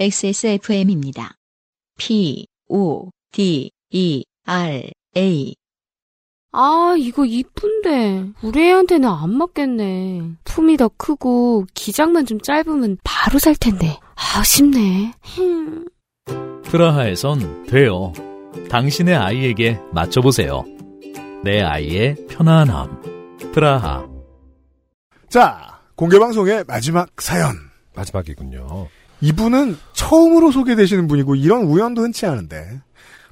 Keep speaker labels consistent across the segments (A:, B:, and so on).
A: XSFM입니다. P, O, D, E, R, A.
B: 아, 이거 이쁜데. 우리 애한테는 안 맞겠네. 품이 더 크고 기장만 좀 짧으면 바로 살 텐데. 아쉽네. 흠.
C: 프라하에선 돼요. 당신의 아이에게 맞춰보세요. 내 아이의 편안함. 프라하.
D: 자, 공개방송의 마지막 사연.
E: 마지막이군요.
D: 이분은 처음으로 소개되시는 분이고 이런 우연도 흔치 않은데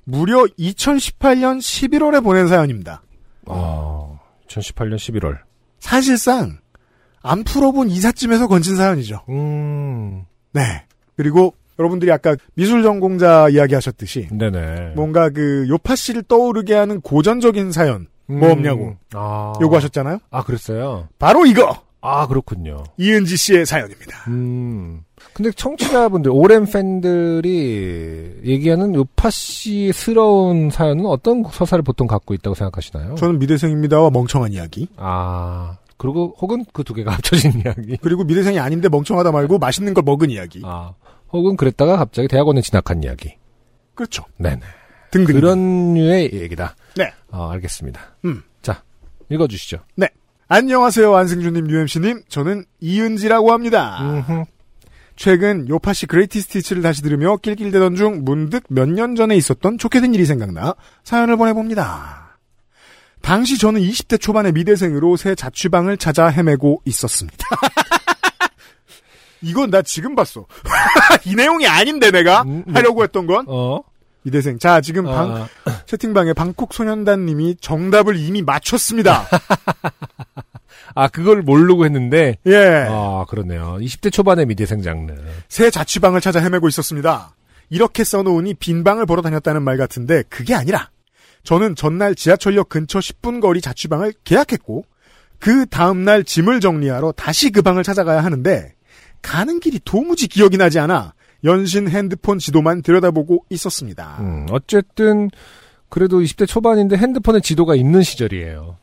D: 무려 2018년 11월에 보낸 사연입니다.
E: 아, 2018년 11월.
D: 사실상 안 풀어본 이삿짐에서 건진 사연이죠.
E: 음,
D: 네. 그리고 여러분들이 아까 미술 전공자 이야기하셨듯이
E: 네네.
D: 뭔가 그 요파 씨를 떠오르게 하는 고전적인 사연
E: 음,
D: 뭐 없냐고.
E: 아,
D: 요구하셨잖아요.
E: 아, 그랬어요.
D: 바로 이거
E: 아, 그렇군요.
D: 이은지 씨의 사연입니다.
E: 음. 근데 청취자분들, 오랜 팬들이 얘기하는 요파 씨스러운 사연은 어떤 서사를 보통 갖고 있다고 생각하시나요?
D: 저는 미대생입니다와 멍청한 이야기
E: 아, 그리고 혹은 그 두 개가 합쳐진 이야기.
D: 그리고 미대생이 아닌데 멍청하다 말고 맛있는 걸 먹은 이야기.
E: 아, 혹은 그랬다가 갑자기 대학원에 진학한 이야기.
D: 그렇죠.
E: 네네.
D: 등등.
E: 그런 류의 얘기다.
D: 네.
E: 어, 알겠습니다.
D: 음.
E: 자, 읽어주시죠.
D: 안녕하세요 안승준님 UMC님 저는 이은지라고 합니다.
E: 음흠.
D: 최근 요파시 그레이티스 티치를 다시 들으며 낄낄대던 중 문득 몇 년 전에 있었던 좋게 된 일이 생각나 사연을 보내봅니다. 당시 저는 20대 초반의 미대생으로 새 자취방을 찾아 헤매고 있었습니다. 이건 나 지금 봤어. 이 내용이 아닌데 내가
E: 음, 음.
D: 하려고 했던 건
E: 어?
D: 미대생. 자 지금 방,
E: 아,
D: 채팅방에 방콕 소년단님이 정답을 이미 맞췄습니다.
E: 아, 그걸 모르고 했는데.
D: 예.
E: 아, 그러네요. 20대 초반의 미대생 장르.
D: 새 자취방을 찾아 헤매고 있었습니다. 이렇게 써놓으니 빈방을 보러 다녔다는 말 같은데 그게 아니라 저는 전날 지하철역 근처 10분 거리 자취방을 계약했고 그 다음날 짐을 정리하러 다시 그 방을 찾아가야 하는데 가는 길이 도무지 기억이 나지 않아 연신 핸드폰 지도만 들여다보고 있었습니다.
E: 음, 어쨌든, 그래도 20대 초반인데 핸드폰에 지도가 있는 시절이에요.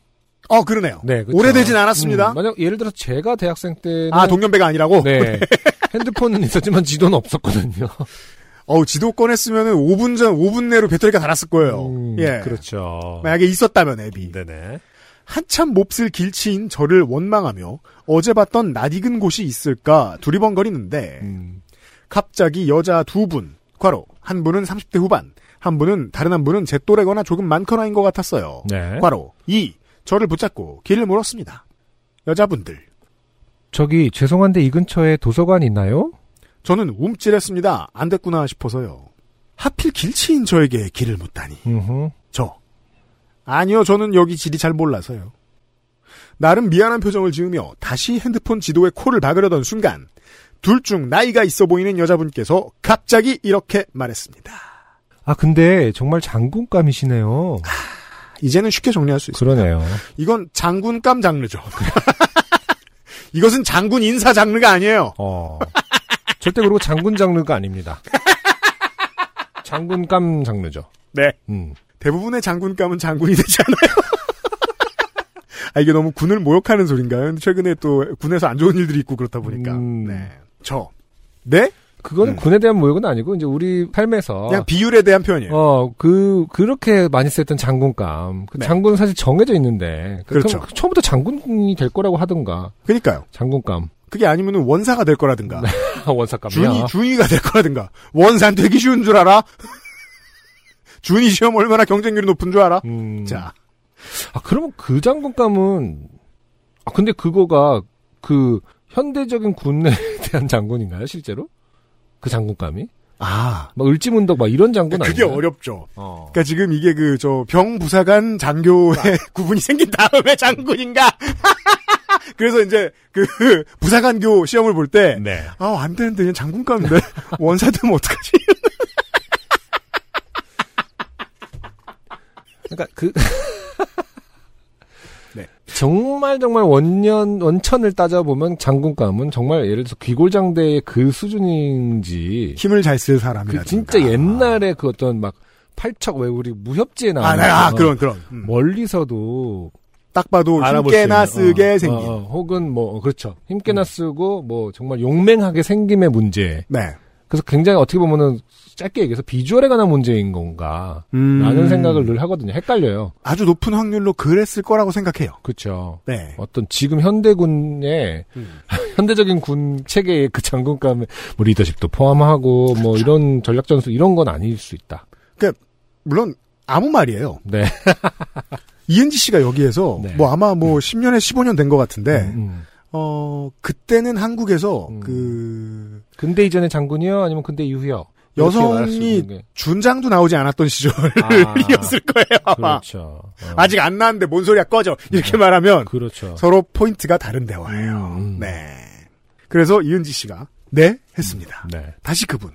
D: 어 그러네요.
E: 네, 그쵸.
D: 오래되진 않았습니다.
E: 음, 만약 예를 들어서 제가 대학생 때는
D: 아 동년배가 아니라고?
E: 네. 핸드폰은 있었지만 지도는 없었거든요.
D: 어우 지도 꺼냈으면 5분 전 5분 내로 배터리가 닳았을 거예요.
E: 음,
D: 예.
E: 그렇죠.
D: 만약에 있었다면 앱이.
E: 네네.
D: 한참 몹쓸 길치인 저를 원망하며 어제 봤던 낯익은 곳이 있을까 두리번거리는데
E: 음.
D: 갑자기 여자 두 분, 과로 한 분은 30대 후반, 한 분은 다른 한 분은 제 또래거나 조금 많거나인 것 같았어요.
E: 네.
D: 과로 2. 저를 붙잡고 길을 물었습니다. 여자분들,
E: 저기 죄송한데 이 근처에 도서관 있나요?
D: 저는 움찔했습니다. 안 됐구나 싶어서요. 하필 길치인 저에게 길을 묻다니.
E: 음.
D: 저. 아니요, 저는 여기 지리 잘 몰라서요. 나름 미안한 표정을 지으며 다시 핸드폰 지도에 코를 박으려던 순간, 둘 중 나이가 있어 보이는 여자분께서 갑자기 이렇게 말했습니다.
E: 아 근데 정말 장군감이시네요.
D: 아, 이제는 쉽게 정리할 수 있어요.
E: 그러네요.
D: 이건 장군감 장르죠. 이것은 장군 인사 장르가 아니에요.
E: 어. 절대 그리고 장군 장르가 아닙니다. 장군감 장르죠.
D: 네.
E: 음.
D: 대부분의 장군감은 장군이 되지 않아요. 아, 이게 너무 군을 모욕하는 소린가요? 근데 최근에 또 군에서 안 좋은 일들이 있고 그렇다 보니까.
E: 음.
D: 네. 저. 네?
E: 그거는
D: 음.
E: 군에 대한 모욕은 아니고 이제 우리 삶에서
D: 그냥 비율에 대한 표현이에요.
E: 어, 그, 그렇게 많이 썼던 장군감. 그
D: 네.
E: 장군은 사실 정해져 있는데. 그
D: 그렇죠.
E: 처- 처음부터 장군이 될 거라고 하던가.
D: 그니까요.
E: 장군감.
D: 그게 아니면 원사가 될 거라든가,
E: 네, 원사감이야.
D: 준이, 준이가 될 거라든가, 원산 되기 쉬운 줄 알아? 준이 시험 얼마나 경쟁률이 높은 줄 알아?
E: 음.
D: 자,
E: 아, 그러면 그 장군감은, 아, 근데 그거가 그 현대적인 군에 대한 장군인가요, 실제로? 그 장군감이?
D: 아.
E: 막 을지문덕 막 이런 장군 아니에요?
D: 그게 어렵죠.
E: 어.
D: 그니까 러 지금 이게 그, 저, 병부사관 장교의
E: 아.
D: 구분이 생긴 다음에 장군인가? 그래서 이제 그, 부사관교 시험을 볼 때,
E: 네.
D: 아, 안 되는데, 그냥 장군감인데. 원사 되면 어떡하지?
E: 그러니까 그
D: 네.
E: 정말 정말 원년 원천을 따져 보면 장군감은 정말 예를 들어 서 귀골장대의 그 수준인지
D: 힘을 잘 쓸
E: 그
D: 사람이라든가.
E: 진짜 옛날에 그 어떤 막 팔척 왜 우리 무협지에 나오는
D: 아, 네, 아,
E: 어,
D: 그런, 그런. 음.
E: 멀리서도
D: 딱 봐도
E: 알아볼 수
D: 힘께나
E: 있는,
D: 쓰게
E: 어,
D: 생긴. 음.
E: 어, 어, 혹은 뭐 어, 그렇죠 힘께나 쓰고 뭐 정말 용맹하게 생김의 문제
D: 네.
E: 그래서 굉장히 어떻게 보면은 짧게 얘기해서 비주얼에 관한 문제인 건가라는
D: 음.
E: 생각을 늘 하거든요. 헷갈려요.
D: 아주 높은 확률로 그랬을 거라고 생각해요.
E: 그렇죠.
D: 네.
E: 어떤 지금 현대군의
D: 음.
E: 현대적인 군 체계의 그 장군감의 뭐 리더십도 포함하고 뭐 이런 전략 전술 이런 건 아닐 수 있다.
D: 물론 아무 말이에요.
E: 네.
D: 이은지 씨가 여기에서
E: 네.
D: 뭐 아마 뭐 10년에 15년 된 것 같은데
E: 음, 음.
D: 어 그때는 한국에서
E: 음.
D: 그
E: 근대 이전의 장군이요, 아니면 근대 이후요. 이렇게 말할 수
D: 여성이
E: 있는 게.
D: 준장도 나오지 않았던 시절이었을
E: 아,
D: 거예요. 아마
E: 그렇죠. 어,
D: 아직 안 나왔는데 뭔 소리야 꺼져 이렇게 말하면
E: 그렇죠.
D: 서로 포인트가 다른 대화예요.
E: 음.
D: 네. 그래서 이은지 씨가 네 했습니다.
E: 네.
D: 다시 그분.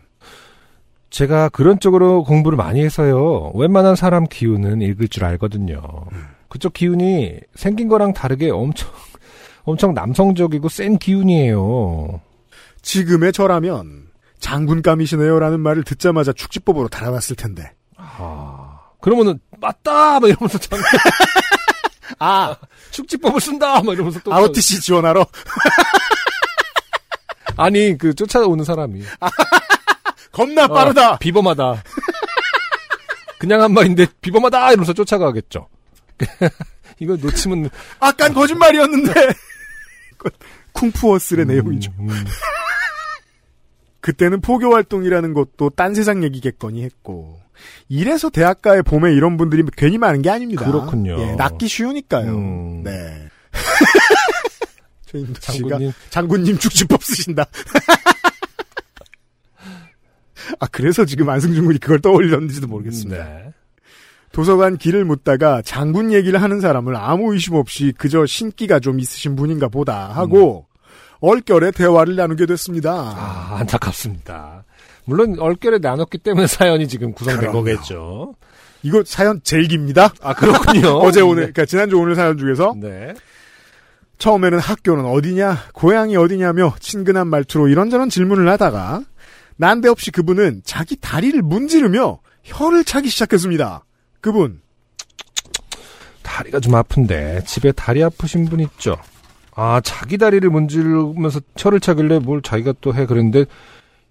E: 제가 그런 쪽으로 공부를 많이 해서요. 웬만한 사람 기운은 읽을 줄 알거든요.
D: 음.
E: 그쪽 기운이 생긴 거랑 다르게 엄청 엄청 남성적이고 센 기운이에요.
D: 지금의 저라면 장군감이시네요라는 말을 듣자마자 축지법으로 달아났을 텐데.
E: 아. 그러면은 맞다 막 이러면서 참
D: 아
E: 축지법을 쓴다 막 이러면서 또
D: ROTC 지원하러
E: 아니 그 쫓아오는 사람이
D: 겁나 빠르다.
E: 어, 비범하다. 그냥 한 말인데 비범하다 이러면서 쫓아가겠죠. 이걸 놓치면
D: 아깐 거짓말이었는데. 그건 쿵푸어슬의 내용이죠.
E: 음, 음.
D: 그때는 포교 활동이라는 것도 딴 세상 얘기겠거니 했고. 이래서 대학가에 봄에 이런 분들이 괜히 많은 게 아닙니다.
E: 그렇군요.
D: 예, 낫기 쉬우니까요.
E: 음.
D: 네. 최인도 씨가
E: 장군님
D: 장군님 축지법 쓰신다. 아 그래서 지금 안승준 군이 그걸 떠올렸는지도 모르겠습니다.
E: 네.
D: 도서관 길을 묻다가 장군 얘기를 하는 사람을 아무 의심 없이 그저 신기가 좀 있으신 분인가 보다 하고 얼결에 대화를 나누게 됐습니다.
E: 음. 아, 안타깝습니다. 물론 얼결에 나눴기 때문에 사연이 지금 구성된
D: 그럼요.
E: 거겠죠.
D: 이거 사연 제일 깁니다.
E: 아 그렇군요.
D: 어제 오늘 그러니까 지난주 오늘 사연 중에서
E: 네. 네.
D: 처음에는 학교는 어디냐, 고향이 어디냐며 친근한 말투로 이런저런 질문을 하다가 난데없이 그분은 자기 다리를 문지르며 혀를 차기 시작했습니다. 그분
E: 다리가 좀 아픈데 집에 다리 아프신 분 있죠. 아 자기 다리를 문지르면서 철을 차길래 뭘 자기가 또 해 그랬는데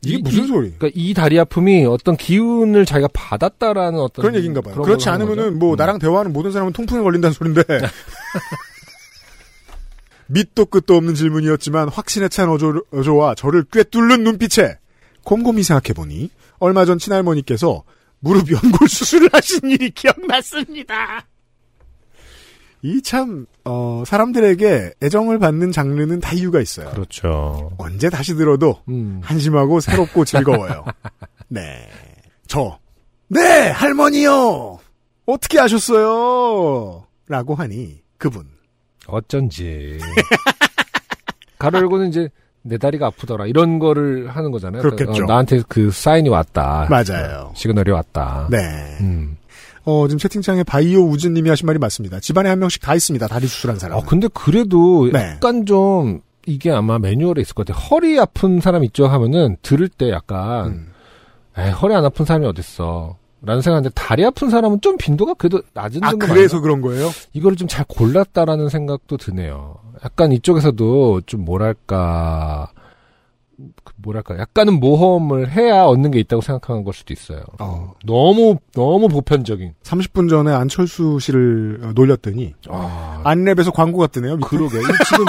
E: 이- 이-
D: 소리?
E: 그러니까 이 다리 아픔이 어떤 기운을 자기가 받았다라는 어떤
D: 그런 얘기인가 봐요.
E: 그런
D: 그렇지
E: 걸로 하는 거죠?
D: 않으면은 뭐
E: 음. 네.
D: 나랑 대화하는 모든 사람은 통풍에 걸린다는 소린데. 밑도 끝도 없는 질문이었지만 확신에 찬 어조, 어조와 저를 꿰뚫는 눈빛에 곰곰이 생각해보니 얼마 전 친할머니께서 무릎 연골 수술을 하신 일이 기억났습니다. 이 참, 어, 사람들에게 애정을 받는 장르는 다 이유가 있어요.
E: 그렇죠.
D: 언제 다시 들어도
E: 음.
D: 한심하고 새롭고 즐거워요. 네. 저. 네, 할머니요! 어떻게 아셨어요? 라고 하니, 그분.
E: 어쩐지 가로 열고는 이제 내 다리가 아프더라 이런 거를 하는 거잖아요.
D: 그렇겠죠.
E: 어, 나한테 그 사인이 왔다.
D: 맞아요.
E: 시그널이 왔다.
D: 네.
E: 음.
D: 어, 지금 채팅창에 바이오 우즈님이 하신 말이 맞습니다. 집안에 한 명씩 다 있습니다. 다리 수술한 사람.
E: 아, 근데 그래도
D: 네.
E: 약간 좀 이게 아마 매뉴얼에 있을 것 같아요. 허리 아픈 사람 있죠 하면은 들을 때
D: 음.
E: 약간 에이, 허리 안 아픈 사람이 어딨어. 라는 생각인데 다리 아픈 사람은 좀 빈도가 그래도 낮은
D: 아,
E: 정도
D: 그래서 그런 거예요?
E: 이거를 좀 잘 골랐다라는 생각도 드네요. 약간 이쪽에서도 좀 뭐랄까 그 뭐랄까 약간은 모험을 해야 얻는 게 있다고 생각하는 걸 수도 있어요.
D: 어.
E: 너무 너무 보편적인.
D: 30분 전에 안철수 씨를 어, 놀렸더니,
E: 아,
D: 안랩에서 광고가 뜨네요. 밑에.
E: 그러게 이거 지금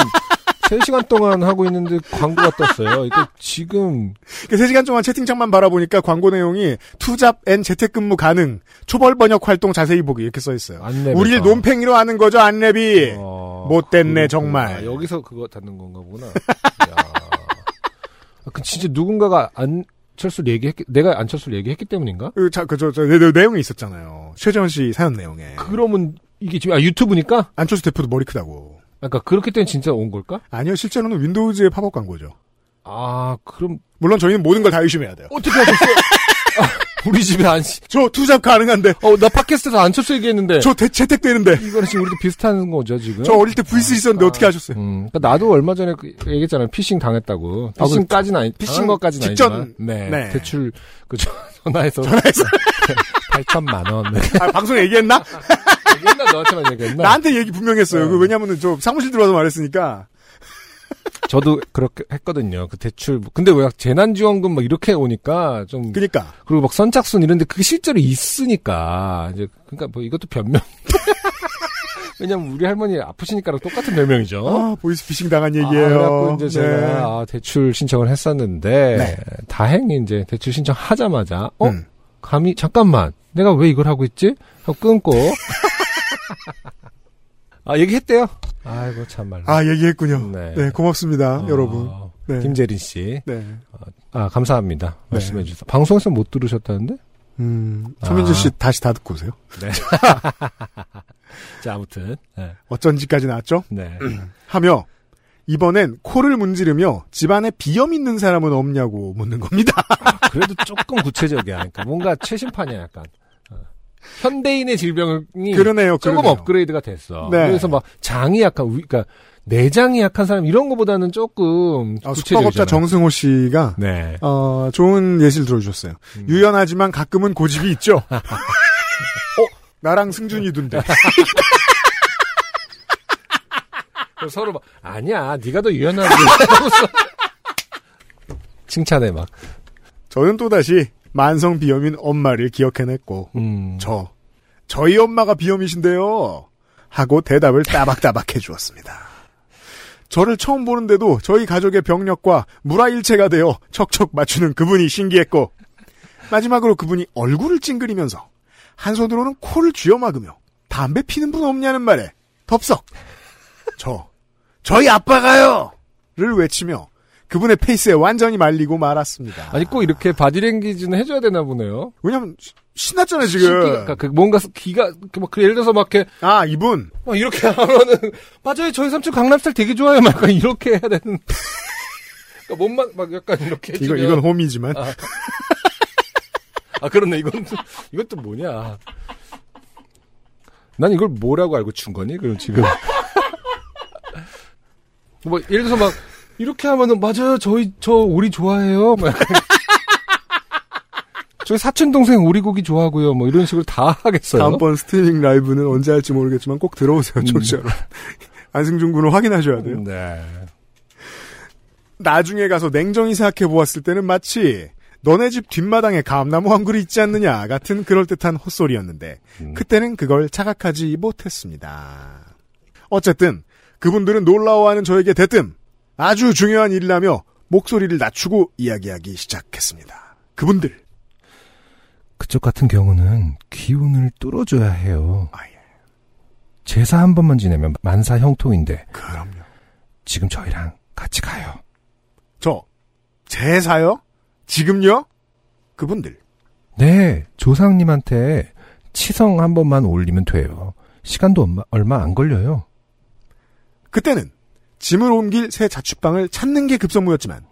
E: 3시간 동안 하고 있는데 광고가 떴어요. 이거 지금
D: 그 3시간 동안 채팅창만 바라보니까 광고 내용이 투잡 앤 재택근무 가능, 초벌 번역 활동 자세히 보기 이렇게 써있어요.
E: 안내
D: 우리를 논팽이로 하는 거죠, 안랩이.
E: 어,
D: 못됐네,
E: 그렇구나. 아,
D: 정말.
E: 여기서 그거 닫는 건가 보구나. 야. 아, 그 진짜 누군가가 안철수 얘기했 내가 안철수 얘기했기 때문인가?
D: 그, 자, 그, 저, 저, 내, 내- 내용이 있었잖아요. 최재원 씨 사연 내용에.
E: 그러면 이게 지금 아 유튜브니까?
D: 안철수 대표도 머리 크다고.
E: 그러니까 그렇기 때문에 진짜 온 걸까?
D: 아니요, 실제로는 윈도우즈의 팝업 광고죠.
E: 아 그럼
D: 물론 저희는 모든 걸 다 의심해야 돼요.
E: 어떻게 하셨어? 아, 우리 집에 안.
D: 저 투잡 가능한데,
E: 어나 팟캐스트에서 안철수 얘기했는데.
D: 저 대, 채택되는데,
E: 이거는 지금 우리도 비슷한 거죠 지금?
D: 저 어릴 때 VC 있었는데 어떻게 하셨어요?
E: 음, 그러니까 나도 얼마 전에 그 얘기했잖아요. 피싱 당했다고.
D: 아,
E: 피싱까지는 아니, 그렇죠. 피싱
D: 피싱
E: 것까지는
D: 직전.
E: 아니지만. 네.
D: 네.
E: 대출 그 전- 전화해서
D: 전화해서.
E: 8천만 원. 네.
D: 아, 방송 얘기했나?
E: 옛날 너한테만 얘기했나?
D: 나한테 얘기 분명 했어요.
E: 네.
D: 그 왜냐면은 저 사무실 들어와서 말했으니까.
E: 저도 그렇게 했거든요. 그 대출. 근데 왜 재난지원금 막 이렇게 오니까 좀
D: 그니까.
E: 그리고 막 선착순 이런데 그게 실제로 있으니까 이제 그러니까 뭐 이것도 변명. 왜냐면 우리 할머니 아프시니까랑 똑같은 변명이죠.
D: 아, 보이스피싱 당한
E: 어? 아,
D: 얘기예요.
E: 그래갖고 이제 제가 아, 대출 신청을 했었는데
D: 네.
E: 다행히 이제 대출 신청하자마자
D: 네.
E: 어
D: 음.
E: 감히 잠깐만 내가 왜 이걸 하고 있지? 하고 끊고 아 얘기했대요. 아이고 참말로.
D: 아, 얘기했군요.
E: 네.
D: 네, 고맙습니다,
E: 아,
D: 여러분. 네.
E: 김재린 씨.
D: 네.
E: 아 감사합니다.
D: 네.
E: 말씀해 주셔서 방송에서 못 들으셨다는데?
D: 음, 서민주
E: 아.
D: 씨 다시 다 듣고 오세요.
E: 자 아무튼 네.
D: 어쩐지까지 나왔죠?
E: 네.
D: 하며, 이번엔 코를 문지르며 집안에 비염 있는 사람은 없냐고 묻는 겁니다.
E: 그래도 조금 구체적이야. 그러니까 뭔가 최신판이야 약간. 어. 현대인의 질병이
D: 어, 그러네요,
E: 음. 조금
D: 그러네요.
E: 업그레이드가 됐어.
D: 네.
E: 그래서 막 장이 약간 위, 그러니까 내장이 약한 사람 이런 거보다는 조금
D: 아, 숙박업자
E: 구체적이잖아.
D: 정승호 씨가
E: 네.
D: 어, 좋은 예시를 들어주셨어요.
E: 음.
D: 유연하지만 가끔은 고집이 있죠. 어? 나랑 승준이둔데. 아.
E: 그래서 서로 막 아니야, 네가 더 유연하지. 이러면서 칭찬해 막.
D: 저는 또다시 만성 비염인 엄마를 기억해냈고
E: 음.
D: 저 저희 엄마가 비염이신데요. 하고 대답을 따박따박 해주었습니다. 저를 처음 보는데도 저희 가족의 병력과 물화일체가 되어 척척 맞추는 그분이 신기했고 마지막으로 그분이 얼굴을 찡그리면서 한 손으로는 코를 쥐어막으며 담배 피는 분 없냐는 말에 덥석 저 저희 아빠가요 를 외치며 그분의 페이스에 완전히 말리고 말았습니다.
E: 아니 꼭 이렇게 바디랭귀지는 해줘야 되나 보네요.
D: 왜냐면 시- 신났잖아요
E: 신기가-
D: 지금.
E: 그러니까 그 뭔가 귀가 이렇게 막그 예를 들어서 막 이렇게
D: 아 이분
E: 막 이렇게 하면은 맞아요 저희 삼촌 강남스타일 되게 좋아요 막 약간 이렇게 해야 되는 그러니까 몸만 막 약간 이렇게
D: 이거
E: 해주면-
D: 이건 홈이지만
E: 아. 아 그렇네 이건 이것도 뭐냐 난 이걸 뭐라고 알고 준 거니 그럼 지금 뭐 예를 들어서 막 이렇게 하면은 맞아요 저희 저 오리 좋아해요 막 약간 저희 사촌 동생 오리고기 좋아하고요 뭐 이런 식으로 다 하겠어요
D: 다음번 스트리밍 라이브는 언제 할지 모르겠지만 꼭 들어오세요 청취자 여러분. 안승준 군을 확인하셔야 돼요.
E: 네
D: 나중에 가서 냉정히 생각해 보았을 때는 마치 너네 집 뒷마당에 감나무 한 그루 있지 않느냐 같은 그럴듯한 헛소리였는데
E: 음.
D: 그때는 그걸 자각하지 못했습니다. 어쨌든 그분들은 놀라워하는 저에게 대뜸 아주 중요한 일이라며 목소리를 낮추고 이야기하기 시작했습니다. 그분들
E: 그쪽 같은 경우는 기운을 뚫어줘야 해요.
D: 아, 예.
E: 제사 한 번만 지내면 만사 형통인데
D: 그럼요.
E: 지금 저희랑 같이 가요.
D: 저 제사요? 지금요? 그분들
E: 네, 조상님한테 치성 한 번만 올리면 돼요. 시간도 얼마, 얼마 안 걸려요.
D: 그때는 짐을 옮길 새 자취방을 찾는 게 급선무였지만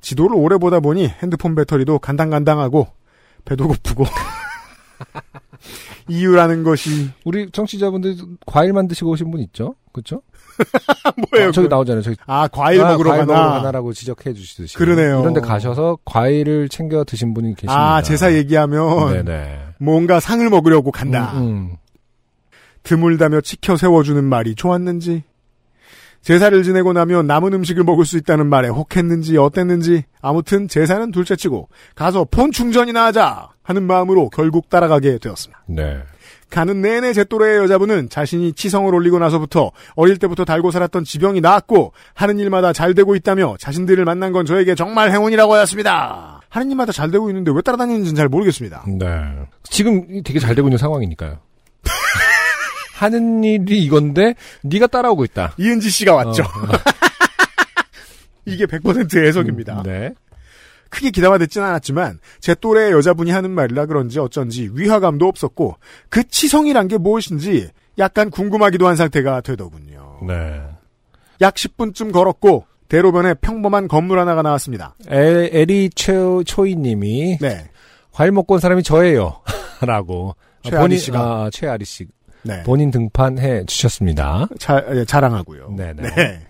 D: 지도를 오래 보다 보니 핸드폰 배터리도 간당간당하고 배도 고프고 이유라는 것이
E: 우리 청취자분들 과일만 드시고 오신 분 있죠? 그렇죠?
D: 뭐예요?
E: 저기
D: 그건?
E: 나오잖아요. 저기
D: 아 과일
E: 아,
D: 먹으러
E: 과일 먹으러
D: 가나?
E: 가나라고 지적해 주시듯이.
D: 그러네요.
E: 이런데 가셔서 과일을 챙겨 드신 분이 계십니다.
D: 아 제사 얘기하면
E: 네네.
D: 뭔가 상을 먹으려고 간다.
E: 음, 음.
D: 드물다며 치켜 세워주는 말이 좋았는지, 제사를 지내고 나면 남은 음식을 먹을 수 있다는 말에 혹했는지 어땠는지, 아무튼 제사는 둘째치고 가서 폰 충전이나 하자 하는 마음으로 결국 따라가게 되었습니다.
E: 네.
D: 가는 내내 제 또래의 여자분은 자신이 치성을 올리고 나서부터 어릴 때부터 달고 살았던 지병이 나았고 하는 일마다 잘 되고 있다며 자신들을 만난 건 저에게 정말 행운이라고 하였습니다. 하는 일마다 잘 되고 있는데 왜 따라다니는지는 잘 모르겠습니다.
E: 네. 지금 되게 잘 되고 있는 상황이니까요. 하는 일이 이건데 네가 따라오고 있다.
D: 이은지 씨가 왔죠.
E: 어,
D: 이게 100%의 해석입니다.
E: 네.
D: 크게 기대가 됐진 않았지만 제 또래의 여자분이 하는 말이라 그런지 어쩐지 위화감도 없었고 그 치성이란 게 무엇인지 약간 궁금하기도 한 상태가 되더군요.
E: 네.
D: 약 10분쯤 걸었고 대로변에 평범한 건물 하나가 나왔습니다.
E: 에, 에리 최, 초이님이
D: 네,
E: 과일 먹고 온 사람이 저예요. 라고. 아,
D: 최아리
E: 본인-
D: 씨가.
E: 아, 최아리 씨.
D: 네,
E: 본인 등판해 주셨습니다.
D: 자, 예, 자랑하고요.
E: 네네.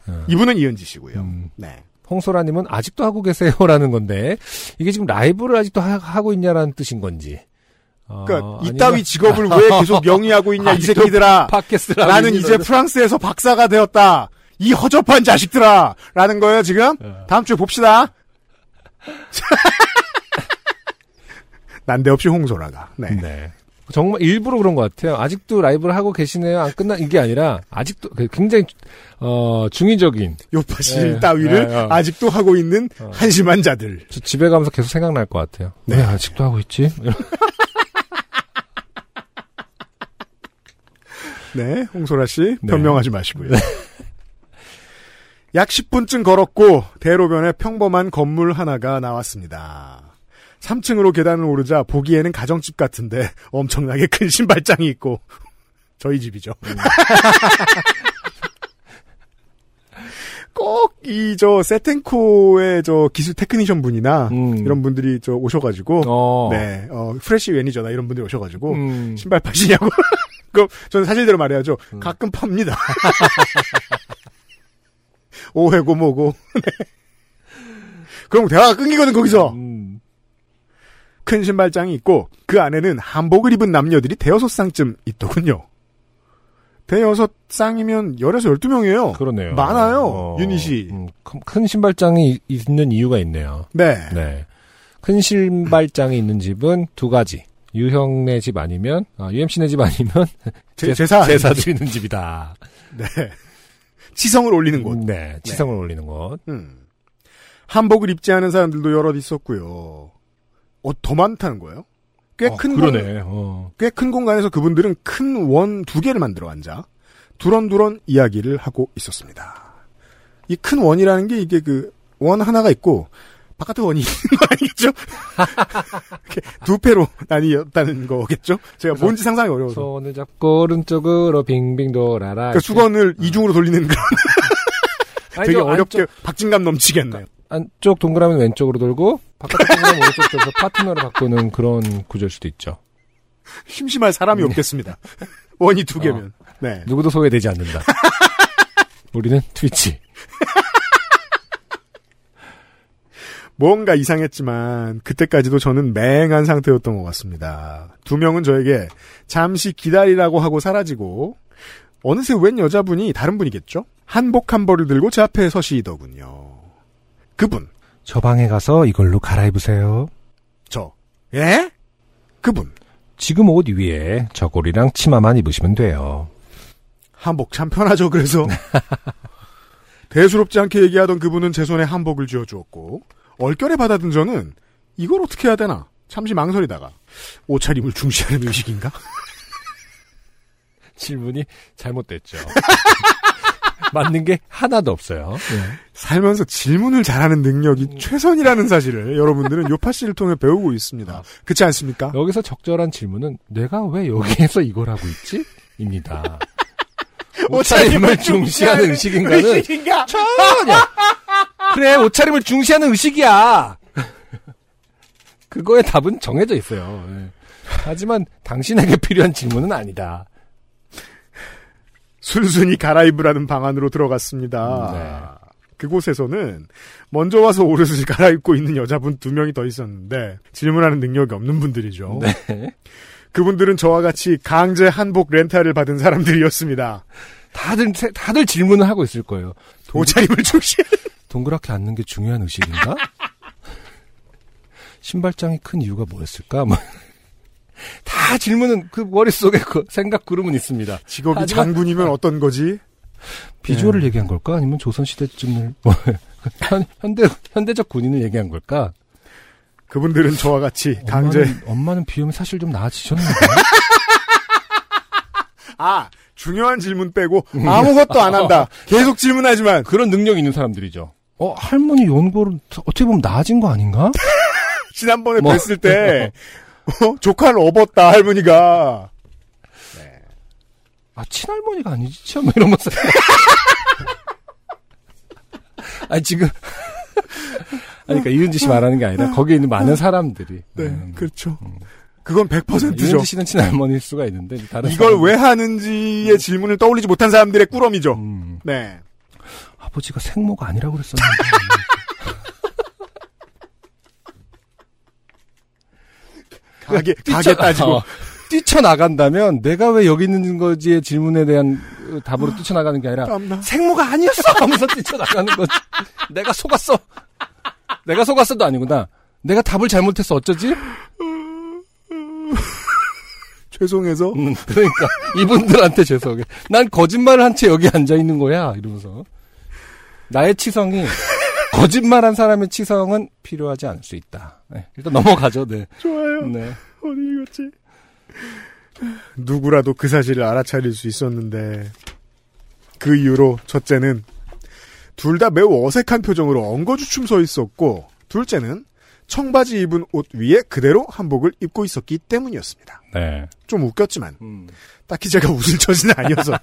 E: 어.
D: 이분은 이은지 씨고요.
E: 음,
D: 네,
E: 홍소라님은 아직도 하고 계세요라는 건데 이게 지금 라이브를 아직도 하, 고 있냐라는 뜻인 건지. 어,
D: 그러니까
E: 아니면
D: 이따위 직업을 왜 계속 영위하고 있냐 이 새끼들아.
E: 팟캐스트라고
D: 나는
E: 이름을
D: 이제 프랑스에서 박사가 되었다. 이 허접한 자식들아! 라는 거예요, 지금?
E: 어.
D: 다음 주에 봅시다. 난데없이 홍소라가. 네.
E: 네. 정말 일부러 그런 것 같아요. 아직도 라이브를 하고 계시네요. 안 끝난 이게 아니라 아직도 그 굉장히 어 중의적인
D: 요파실
E: 예,
D: 따위를
E: 예, 어.
D: 아직도 하고 있는
E: 어.
D: 한심한 자들.
E: 저 집에 가면서 계속 생각날 것 같아요.
D: 네.
E: 왜 아직도 하고 있지?
D: 음. 네, 홍소라 씨
E: 네.
D: 변명하지 마시고요. 약 10분쯤 걸었고 대로변에 평범한 건물 하나가 나왔습니다. 3층으로 계단을 오르자 보기에는 가정집 같은데 엄청나게 큰 신발장이 있고 저희 집이죠.
E: 음.
D: 꼭 이 저 세텐코의 저 기술 테크니션 분이나
E: 음.
D: 이런 분들이 저 오셔가지고
E: 어.
D: 네, 뭐. 어, 프레시 매니저나 이런 분들이 오셔가지고
E: 음.
D: 신발 파시냐고. 그럼 저는 사실대로 말해야죠. 가끔 팝니다. 오해고 뭐고. 네. 그럼 대화가 끊기거든 거기서.
E: 음.
D: 큰 신발장이 있고 그 안에는 한복을 입은 남녀들이 대여섯 쌍쯤 있더군요. 대여섯 쌍이면 열에서 열두 명이에요.
E: 그러네요.
D: 많아요,
E: 어.
D: 유닛이.
E: 음, 큰- 큰 신발장이 이- 있는 이유가 있네요.
D: 네.
E: 네. 큰 신발장이 있는 집은 두 가지. 유형네 집 아니면 아, UMC네 집 아니면
D: 제, 제사.
E: 제사 드리는 집이다.
D: 네. 치성을 올리는 곳.
E: 네, 치성을 올리는 곳.
D: 음. 한복을 입지 않은 사람들도 여럿 있었고요. 어, 더 많다는 거예요?
E: 어,
D: 꽤큰
E: 그러네. 어.
D: 꽤 큰 공간에서 그분들은 큰 원 두 개를 만들어 앉아 두런두런 이야기를 하고 있었습니다. 이 큰 원이라는 게 이게 그 원 하나가 있고 바깥에 원이 있는 거 아니겠죠? 이렇게 두 패로 나뉘었다는 거겠죠? 제가 뭔지 상상이 어려워서.
E: 손을 잡고 오른쪽으로 빙빙 돌아라.
D: 그 수건을 이중으로 돌리는 거
E: 음. 아니,
D: 되게
E: 저
D: 어렵게 박진감 넘치겠네요.
E: 안쪽, 안쪽 동그라미는 왼쪽으로 돌고 바깥쪽 동그라미 오른쪽 돌서 파트너를 바꾸는 그런 구조일 수도 있죠.
D: 심심할 사람이 없겠습니다. 원이 두 개면. 네.
E: 누구도 소외되지 않는다. 우리는 트위치.
D: 뭔가 이상했지만 그때까지도 저는 맹한 상태였던 것 같습니다. 두 명은 저에게 잠시 기다리라고 하고 사라지고 어느새 웬 여자분이 다른 분이겠죠? 한복 한 벌을 들고 제 앞에 서시더군요. 그분,
E: 저 방에 가서 이걸로 갈아입으세요.
D: 저, 예? 그분,
E: 지금 옷 위에 저고리랑 치마만 입으시면 돼요.
D: 한복 참 편하죠. 그래서
E: 네.
D: 대수롭지 않게 얘기하던 그분은 제 손에 한복을 쥐어주었고 얼결에 받아든 저는 이걸 어떻게 해야 되나 잠시 망설이다가 옷차림을 중시하는 의식인가?
E: 질문이 잘못됐죠. 맞는 게 하나도 없어요.
D: 살면서 질문을 잘하는 능력이 최선이라는 사실을 여러분들은 요파 씨를 통해 배우고
E: 아.
D: 있습니다. 그렇지 않습니까?
E: 여기서 적절한 질문은 내가 왜 여기에서 이걸 하고 있지? 입니다. 옷차림을 중시하는 의식인가는
D: 의식인가?
E: 전혀 그래 옷차림을 중시하는 의식이야. 그거의 답은 정해져 있어요. 예. 하지만 당신에게 필요한 질문은 아니다.
D: 순순히 갈아입으라는 방안으로 들어갔습니다. 그곳에서는 먼저 와서 옷을 갈아입고 있는 여자분 두 명이 더 있었는데 질문하는 능력이 없는 분들이죠. 그분들은 저와 같이 강제 한복 렌탈을 받은 사람들이었습니다.
E: 다들 세- 다들 질문을 하고 있을 거예요.
D: 옷차림을 중시
E: 동그랗게 앉는 게 중요한 의식인가? 신발장이 큰 이유가 뭐였을까? 뭐. 다 질문은 그 머릿속에 그 생각 구름은 있습니다.
D: 직업이
E: 하지만-
D: 장군이면 어떤 거지?
E: 비주얼을 얘기한 걸까? 아니면 조선시대쯤을, 뭐, 현, 현대, 현대적 군인을 얘기한 걸까?
D: 그분들은 저와 같이 강제
E: 엄마는, 엄마는 비염이 사실 좀 나아지셨는데.
D: 아 중요한 질문 빼고 아무것도 안 한다. 계속 질문하지만
E: 그런 능력이 있는 사람들이죠. 어, 할머니 연고를 어떻게 보면 나아진 거 아닌가?
D: 지난번에
E: 뭐.
D: 뵀을 때 어, 조카를 업었다 할머니가
E: 아, 친할머니가 아니지? 참, 이러면서. 아니, 지금. 아니, 그러니까 이은지 씨 말하는 게 아니라 거기에 있는 많은 사람들이.
D: 네
E: 음.
D: 그렇죠. 그건
E: 이은지
D: 100%죠. 음.
E: 씨는 친할머니일 수가 있는데, 다른.
D: 이걸
E: 사람들은-
D: 왜 하는지의 질문을 떠올리지 못한 사람들의 꾸러미죠.
E: 음,
D: 네.
E: 아버지가 생모가 아니라고 그랬었는데.
D: 가게, 가게
E: 뛰쳐-
D: 따지고.
E: 어. 뛰쳐나간다면 내가 왜 여기 있는 거지의 질문에 대한 어, 답으로 뛰쳐나가는 게 아니라
D: 땀나.
E: 생모가 아니었어 하면서 뛰쳐나가는 거지. 내가 속았어. 내가 속았어도 아니구나. 내가 답을 잘못했어 어쩌지?
D: 죄송해서
E: 음, 그러니까 이분들한테 죄송해. 난 거짓말을 한 채 여기 앉아 있는 거야 이러면서 나의 치성이 거짓말한 사람의 치성은 필요하지 않을 수 있다. 네, 일단 넘어가죠. 네.
D: 좋아요.
E: 네.
D: 어디 읽었지? 누구라도 그 사실을 알아차릴 수 있었는데 그 이후로 첫째는 둘 다 매우 어색한 표정으로 엉거주춤 서 있었고 둘째는 청바지 입은 옷 위에 그대로 한복을 입고 있었기 때문이었습니다.
E: 네.
D: 좀 웃겼지만
E: 음.
D: 딱히 제가 웃을 처지는 아니어서.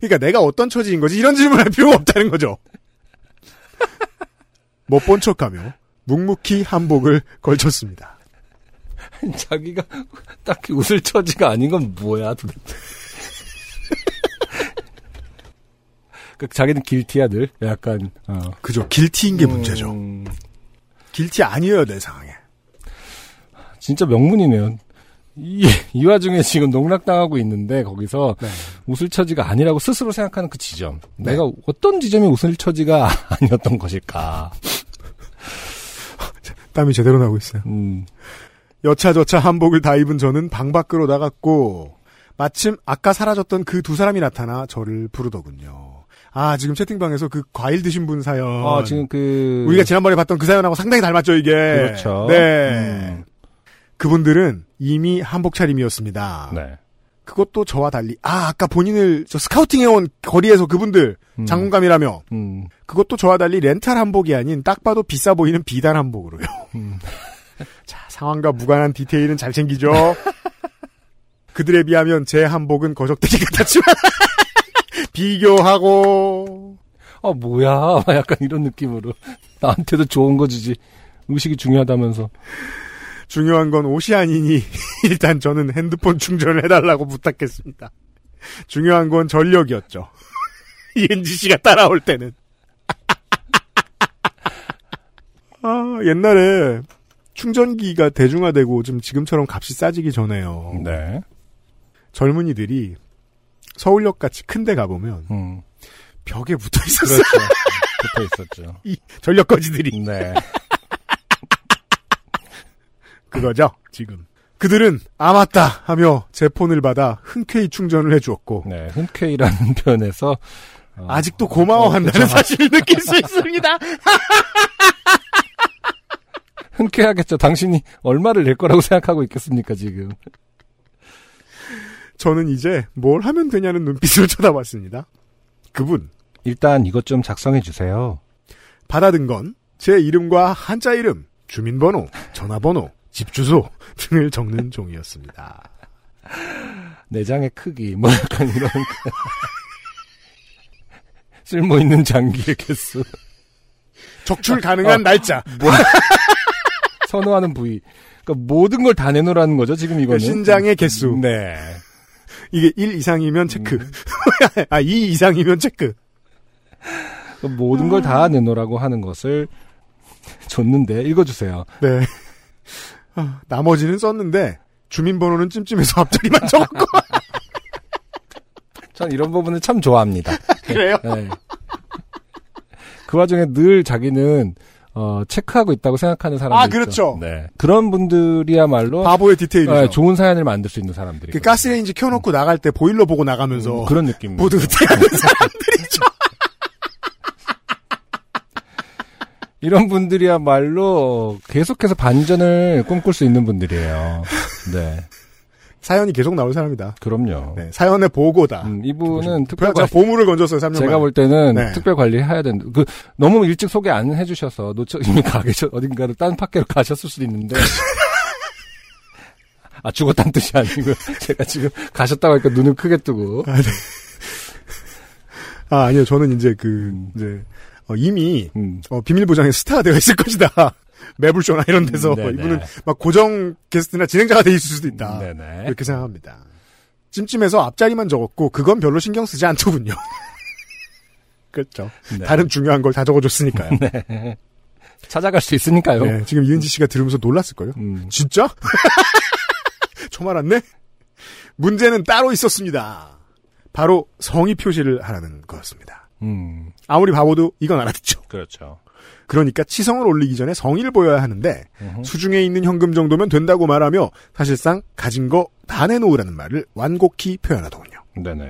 D: 그러니까 내가 어떤 처지인 거지 이런 질문할 필요가 없다는 거죠. 못 본 척하며 묵묵히 한복을 걸쳤습니다.
E: 자기가 딱히 웃을 처지가 아닌 건 뭐야 도대체. 그 자기는 길티야 늘 약간 어.
D: 그죠. 길티인 게 문제죠.
E: 음,
D: 길티 아니어야 될 상황에.
E: 진짜 명문이네요. 이, 이 와중에 지금 농락당하고 있는데 거기서
D: 네.
E: 웃을 처지가 아니라고 스스로 생각하는 그 지점.
D: 네.
E: 내가 어떤 지점이 웃을 처지가 아니었던 것일까.
D: 땀이 제대로 나고 있어요.
E: 음,
D: 여차저차 한복을 다 입은 저는 방 밖으로 나갔고 마침 아까 사라졌던 그 두 사람이 나타나 저를 부르더군요. 아 지금 채팅방에서 그 과일 드신 분 사연.
E: 아 지금 그
D: 어, 우리가 지난번에 봤던 그 사연하고 상당히 닮았죠 이게.
E: 그렇죠.
D: 네.
E: 음.
D: 그분들은 이미 한복 차림이었습니다.
E: 네.
D: 그것도 저와 달리 아 아까 본인을 저 스카우팅해온 거리에서 그분들
E: 음,
D: 장군감이라며
E: 음,
D: 그것도 저와 달리 렌탈 한복이 아닌 딱 봐도 비싸 보이는 비단 한복으로요.
E: 음.
D: 자, 상황과 무관한 디테일은 잘 챙기죠. 그들에 비하면 제 한복은 거적대기 같았지만 비교하고
E: 아 뭐야 막 약간 이런 느낌으로 나한테도 좋은 거 주지 음식이 중요하다면서
D: 중요한 건 옷이 아니니 일단 저는 핸드폰 충전을 해달라고 부탁했습니다. 중요한 건 전력이었죠. 이은지 씨가 따라올 때는. 아, 옛날에 충전기가 대중화되고 좀 지금처럼 값이 싸지기 전에요.
E: 네
D: 젊은이들이 서울역 같이 큰 데 가보면
E: 음.
D: 벽에 붙어 있었어요.
E: 그렇죠 붙어 있었죠
D: 이 전력 거지들이.
E: 네
D: 그거죠, 지금. 그들은, 아, 맞다! 하며 제 폰을 받아 흔쾌히 충전을 해주었고,
E: 네, 흔쾌히라는 표현에서 어,
D: 아직도 고마워한다는
E: 그렇죠.
D: 사실을 느낄 수 있습니다.
E: 흔쾌하겠죠. 당신이 얼마를 낼 거라고 생각하고 있겠습니까 지금?
D: 저는 이제 뭘 하면 되냐는 눈빛으로 쳐다봤습니다. 그분,
E: 일단 이것 좀 작성해 주세요.
D: 받아든 건 제 이름과 한자 이름, 주민번호, 전화번호, 집 주소 등을 적는 종이었습니다.
E: 내장의 크기 뭐 약간 이런 쓸모 있는 장기의 개수,
D: 적출
E: 어.
D: 가능한 날짜.
E: 선호하는 부위, 그러니까 모든 걸 다 내놓으라는 거죠 지금 이거는.
D: 신장의 개수.
E: 네.
D: 이게 1 이상이면 체크.
E: 음.
D: 아, 2 이상이면 체크.
E: 그 모든 걸 다 내놓으라고 하는 것을 줬는데 읽어주세요.
D: 네. 아, 나머지는 썼는데, 주민번호는 찜찜해서 앞자리만 적었고,
E: 전 이런 부분을 참 좋아합니다.
D: 그래요?
E: 네. 그 와중에 늘 자기는 어, 체크하고 있다고 생각하는 사람들
D: 아,
E: 있죠.
D: 그렇죠.
E: 네. 그런 분들이야말로
D: 바보의 디테일이죠.
E: 네, 좋은 사연을 만들 수 있는 사람들이.
D: 그 가스레인지 켜놓고 나갈 때 보일러 보고 나가면서,
E: 음, 그런 느낌.
D: 모두 후퇴하는 사람.
E: 이런 분들이야말로 계속해서 반전을 꿈꿀 수 있는 분들이에요. 네,
D: 사연이 계속 나올 사람이다.
E: 그럼요.
D: 네, 사연의 보고다.
E: 음, 이분은
D: 제가
E: 특별 관리,
D: 보물을 건졌어요, 3년
E: 제가
D: 만에.
E: 볼 때는
D: 네.
E: 특별 관리해야 된다. 그 너무 일찍 소개 안 해주셔서 놓쳐 이미 가 계셔 어딘가로 딴 팟캐로 가셨을 수도 있는데. 아 죽었다는 뜻이 아니고 제가 지금 가셨다고 하니까 눈을 크게 뜨고
D: 아, 아니요. 저는 이제 그, 이제, 어, 이미,
E: 음.
D: 어, 비밀보장의 스타가 되어 있을 것이다. 매불쇼나 이런 데서.
E: 네, 네.
D: 이분은 막 고정 게스트나 진행자가 돼 있을 수도 있다.
E: 네네.
D: 이렇게 생각합니다. 찜찜해서 앞자리만 적었고 그건 별로 신경 쓰지 않더군요. 그렇죠.
E: 네.
D: 다른 중요한 걸 다 적어줬으니까요. 네.
E: 찾아갈 수 있으니까요.
D: 지금 이은지 씨가 들으면서 놀랐을 거예요.
E: 음.
D: 진짜? 처음 알았네? 문제는 따로 있었습니다. 바로 성의 표시를 하라는 거였습니다.
E: 음,
D: 아무리 바보도 이건 알아듣죠.
E: 그렇죠.
D: 그러니까 치성을 올리기 전에 성의를 보여야 하는데
E: 음흠.
D: 수중에 있는 현금 정도면 된다고 말하며 사실상 가진 거 다 내놓으라는 말을 완곡히 표현하더군요.
E: 네네.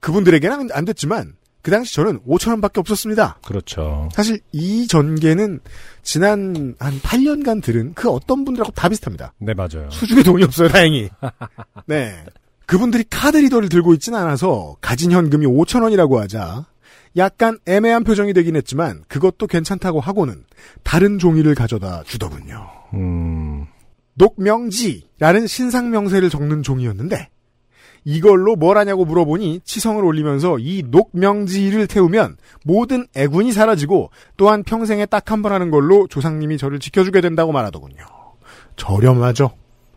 D: 그분들에게는 안 됐지만 그 당시 저는 5천 원밖에 없었습니다.
E: 그렇죠.
D: 사실 이 전개는 지난 한 8년간 들은 그 어떤 분들하고 다 비슷합니다.
E: 네, 맞아요.
D: 수중에 돈이 없어요, 다행히. 네. 그분들이 카드 리더를 들고 있진 않아서 가진 현금이 5천 원이라고 하자 약간 애매한 표정이 되긴 했지만 그것도 괜찮다고 하고는 다른 종이를 가져다 주더군요.
E: 음,
D: 녹명지라는 신상 명세를 적는 종이었는데 이걸로 뭘 하냐고 물어보니 치성을 올리면서 이 녹명지를 태우면 모든 애군이 사라지고 또한 평생에 딱 한 번 하는 걸로 조상님이 저를 지켜주게 된다고 말하더군요. 저렴하죠.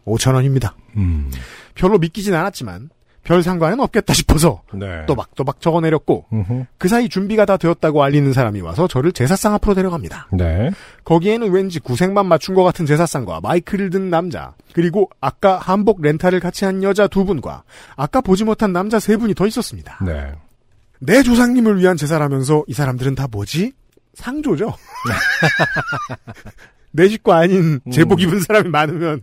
D: 5천 원입니다.
E: 음.
D: 별로 믿기진 않았지만 별 상관은 없겠다 싶어서
E: 네.
D: 또박또박 적어내렸고
E: 음흠.
D: 그 사이 준비가 다 되었다고 알리는 사람이 와서 저를 제사상 앞으로 데려갑니다.
E: 네.
D: 거기에는 왠지 구색만 맞춘 것 같은 제사상과 마이크를 든 남자, 그리고 아까 한복 렌탈을 같이 한 여자 두 분과 아까 보지 못한 남자 세 분이 더 있었습니다.
E: 네.
D: 내 조상님을 위한 제사라면서 이 사람들은 다 뭐지? 상조죠. 내 식구 아닌 제복 입은 사람이 많으면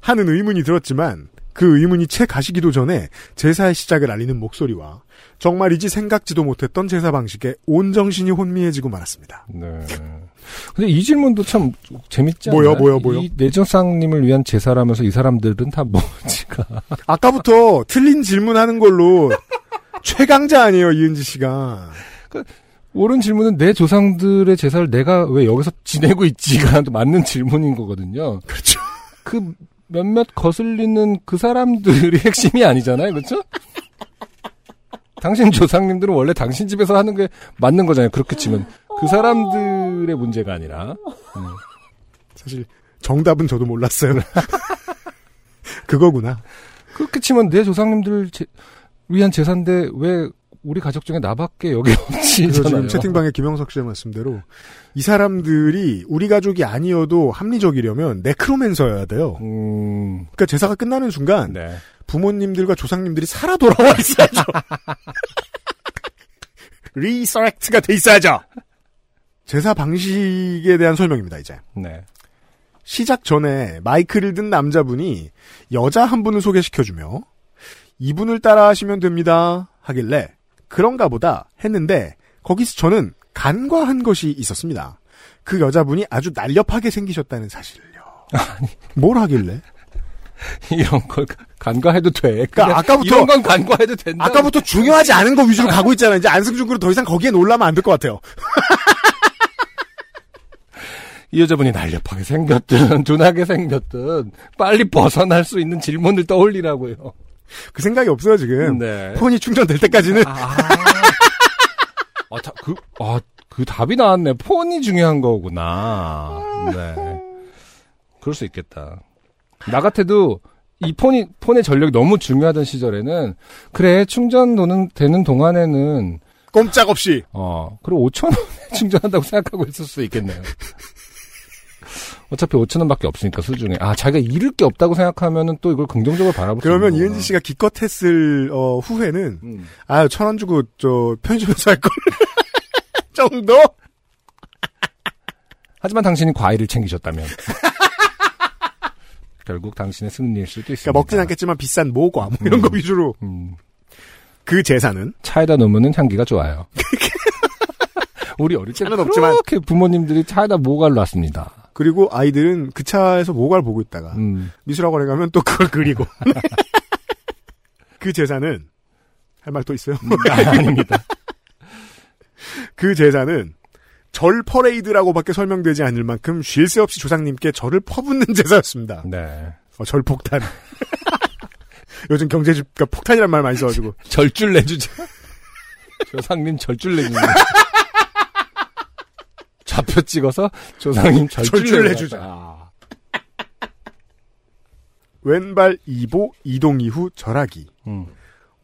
D: 하는 의문이 들었지만 그 의문이 채 가시기도 전에 제사의 시작을 알리는 목소리와 정말이지 생각지도 못했던 제사 방식에 온 정신이 혼미해지고 말았습니다.
E: 네. 근데 이 질문도 참 재밌지 않나요?
D: 뭐요, 뭐요, 뭐요?
E: 이 내정상님을 위한 제사라면서 이 사람들은 다 뭐지가.
D: 아까부터 틀린 질문하는 걸로 최강자 아니에요 이은지 씨가
E: 옳은 질문은 내 조상들의 제사를 내가 왜 여기서 지내고 있지가 맞는 질문인 거거든요.
D: 그렇죠.
E: 그 몇몇 거슬리는 그 사람들이 핵심이 아니잖아요. 그렇죠? 당신 조상님들은 원래 당신 집에서 하는 게 맞는 거잖아요. 그렇게 치면. 그 사람들의 문제가 아니라.
D: 사실 정답은 저도 몰랐어요. 그거구나.
E: 그렇게 치면 내 조상님들 제- 위한 재산인데 왜 우리 가족 중에 나밖에 여기 없지?
D: 그래서 그렇죠. 지금 채팅방에 김영석 씨의 말씀대로 이 사람들이 우리 가족이 아니어도 합리적이려면 네크로맨서여야 돼요.
E: 음,
D: 그러니까 제사가 끝나는 순간
E: 네.
D: 부모님들과 조상님들이 살아 돌아와 있어야죠. 리서렉트가 돼 있어야죠. 제사 방식에 대한 설명입니다 이제.
E: 네.
D: 시작 전에 마이크를 든 남자분이 여자 한 분을 소개시켜주며 이분을 따라 하시면 됩니다 하길래 그런가 보다 했는데 거기서 저는 간과한 것이 있었습니다. 그 여자분이 아주 날렵하게 생기셨다는 사실을요. 뭘 하길래?
E: 이런 걸 간과해도 돼.
D: 그러니까 아까부터-
E: 이런 건 간과해도 된다.
D: 아까부터 중요하지 않은 거 위주로 가고 있잖아. 이제 안승준 군은 더 이상 거기에 놀라면 안 될 것 같아요.
E: 이 여자분이 날렵하게 생겼든 둔하게 생겼든 빨리 벗어날 수 있는 질문을 떠올리라고요.
D: 그 생각이 없어요 지금.
E: 네.
D: 폰이 충전될 때까지는
E: 아, 아, 다- 그, 아, 그 답이 나왔네. 폰이 중요한 거구나. 네. 그럴 수 있겠다. 나 같아도 이 폰이, 폰의 전력이 너무 중요하던 시절에는, 그래, 충전 도는, 되는 동안에는,
D: 꼼짝없이
E: 어, 그리고 5천원에 충전한다고 생각하고 있을 수 있겠네요. 어차피 5천원밖에 없으니까, 수중에. 아, 자기가 잃을 게 없다고 생각하면은 또 이걸 긍정적으로 바라볼 수
D: 그러면
E: 있는
D: 이은지 씨가 기껏 했을 어, 후회는
E: 거구나. 음.
D: 아유, 천 원 주고, 저, 편의점에서 할 걸. 정도? 그러니까
E: 하지만 당신이 과일을 챙기셨다면 결국 당신의 승리일 수도 있습니다.
D: 그러니까 먹진 않겠지만 비싼 모과, 뭐 이런 거 위주로.
E: 음,
D: 그 재산은?
E: 차에다 놓으면 향기가 좋아요. 우리 어릴 때
D: 차는
E: 그렇게
D: 없지만.
E: 부모님들이 차에다 모가를 놨습니다.
D: 그리고 아이들은 그 차에서 모과를 보고 있다가,
E: 음,
D: 미술학원에 가면 또 그걸 그리고. 그 재산은, 할 말 또 있어요?
E: 아, 아닙니다.
D: 그 재산은, 절 퍼레이드라고밖에 설명되지 않을 만큼 쉴 새 없이 조상님께 절을 퍼붓는 제사였습니다.
E: 네.
D: 어, 절 폭탄. 요즘 경제집가 폭탄이란 말 많이 써가지고.
E: 절줄 내주자. 조상님 절줄 내주자. 좌표 찍어서 조상님 절줄,
D: 절줄
E: 내주자.
D: 내주자.
E: 아,
D: 왼발 2보 이동 이후 절하기.
E: 음.